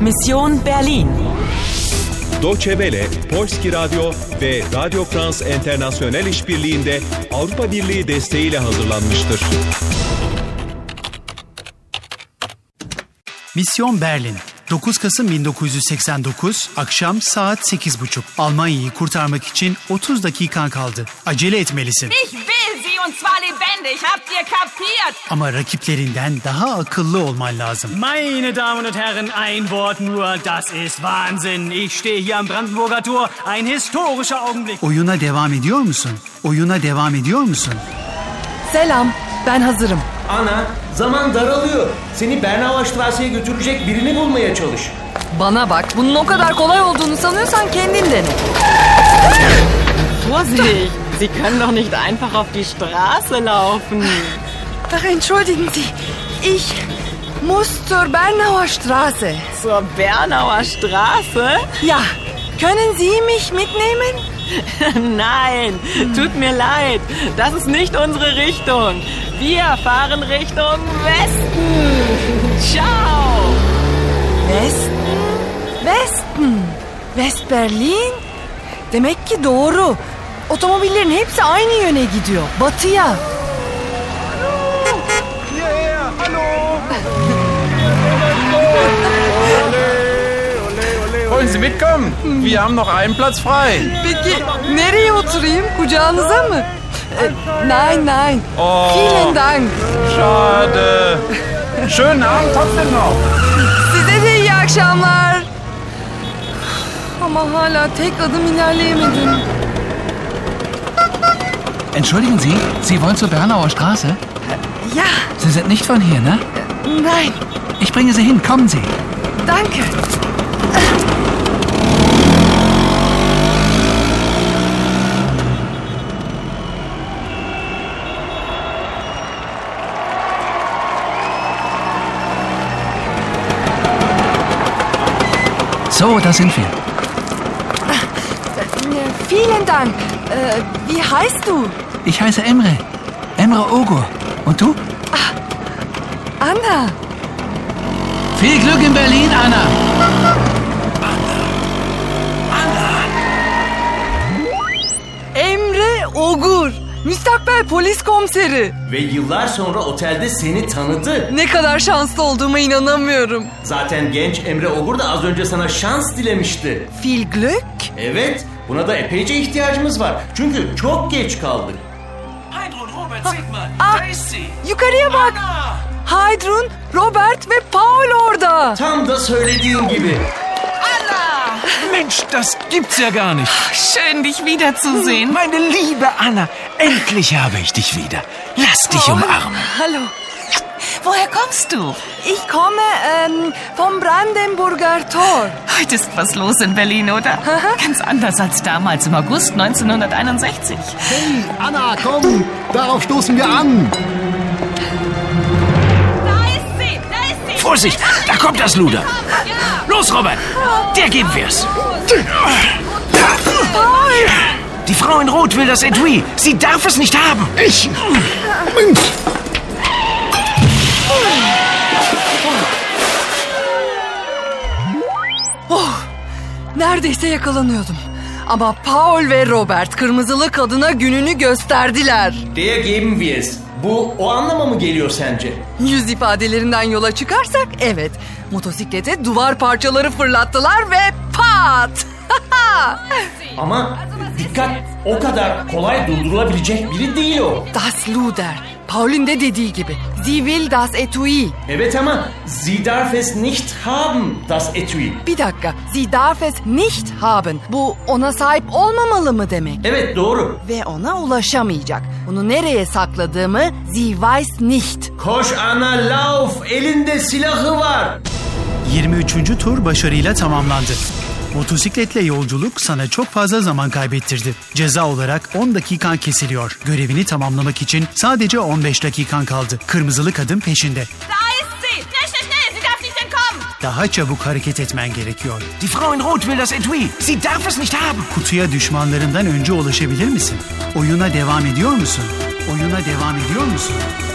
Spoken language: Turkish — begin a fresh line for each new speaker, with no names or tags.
Mission Berlin.
Deutsche Welle, Polski Radyo ve Radio France International işbirliğinde Avrupa Birliği desteğiyle hazırlanmıştır.
Misyon Berlin. 9 Kasım 1989 akşam saat 8.30. Almanya'yı kurtarmak için 30 dakikan kaldı. Acele etmelisin.
Ich will sie und zwar lebendig. Habt ihr kapiert?
Ama rakiplerinden daha akıllı olman lazım.
Meine Damen und Herren, ein Wort nur, das ist Wahnsinn. Ich stehe hier am Brandenburger Tor, ein historischer Augenblick.
Oyuna devam ediyor musun? Oyuna devam ediyor musun?
Selam, ben hazırım.
Ana, zaman daralıyor. Seni Bernava Straße'ye götürecek birini bulmaya çalış.
Bana bak, bunun o kadar kolay olduğunu sanıyorsan kendin dene.
Vorsicht! Sie können doch nicht einfach auf die Straße laufen.
Ach, entschuldigen Sie, ich muss zur Bernauer Straße.
Zur Bernauer Straße?
Ja, können Sie mich mitnehmen?
Nein, tut mir leid. Das ist nicht unsere Richtung. Wir fahren Richtung Westen. Ciao!
Westen? Westen. West Berlin? Demek ki doğru. Otomobillerin hepsi aynı yöne gidiyor. Batıya.
Wollen Sie mitkommen? Wir haben noch einen Platz frei.
Peki nereye oturayım? Kucağınıza mı? Ee, Nein, nein.
Oo.
Vielen Dank.
Oh. Schade. Schönen Abend trotzdem noch.
Size de iyi akşamlar. Ama hala tek adım ilerleyemedim.
Entschuldigen Sie, Sie wollen zur Bernauer Straße?
Ya,
Sie sind nicht von hier, ne?
nein,
Ich bringe Sie hin, kommen Sie.
danke.
So, da sind wir.
Ee, Vielen Dank. Ee, Wie heißt du?
Ich heiße Emre. Emre Ogur. Und du?
Anna.
Viel Glück in Berlin, Anna.
Emre Ogur. Müstakbel polis komiseri.
Ve yıllar sonra otelde seni tanıdı.
Ne kadar şanslı olduğuma inanamıyorum.
Zaten genç Emre Ogur da az önce sana şans dilemişti.
Viel Glück.
Evet, buna da epeyce ihtiyacımız var. Çünkü çok geç kaldık.
Oh,
Ah, yukarıya bak. Haydrun, Robert ve Paul orada.
Tam da söylediğin gibi.
Mensch, das gibt's ja gar nicht.
Schön, dich
Hm.
wiederzusehen.
Meine liebe Anna, endlich habe ich dich wieder. Lass
Oh,
dich umarmen.
Hallo.
Woher kommst du?
Ich komme ähm, vom Brandenburger Tor.
Heute ist was los in Berlin, oder? Ganz anders als damals im August 1961.
Anna, komm! Darauf stoßen wir an!
Da ist sie, da ist sie.
Vorsicht, da kommt das Luder. Los, Robert, der geben wir's. Die Frau in Rot will das Etui. Sie darf es nicht haben.
Ich!
Neredeyse yakalanıyordum. Ama Paul ve Robert kırmızılı kadına gününü gösterdiler.
Der geben wir es. Bu o anlama mı geliyor sence?
Yüz ifadelerinden yola çıkarsak evet. Motosiklete duvar parçaları fırlattılar ve pat!
Ama dikkat o kadar kolay durdurulabilecek biri değil o.
das Luder. Paul'ün de dediği gibi. Sie will das Etui.
Evet ama Sie darf es nicht haben, das Etui.
Bir dakika. Sie darf es nicht haben. Bu ona sahip olmamalı mı demek?
Evet doğru.
Ve ona ulaşamayacak. Bunu nereye sakladığımı sie weiß nicht.
Koş ana lauf, elinde silahı var.
23. tur başarıyla tamamlandı. Motosikletle yolculuk sana çok fazla zaman kaybettirdi. Ceza olarak 10 dakikan kesiliyor. Görevini tamamlamak için sadece 15 dakikan kaldı. Kırmızılı kadın peşinde.
Da ist sie. Schnell, schnell, schnell. Sie darf nicht entkommen.
Daha çabuk hareket etmen gerekiyor.
Die Frau in Rot will das Etui. Sie darf es nicht haben.
Kutuya düşmanlarından önce ulaşabilir misin? Oyuna devam ediyor musun? Oyuna devam ediyor musun?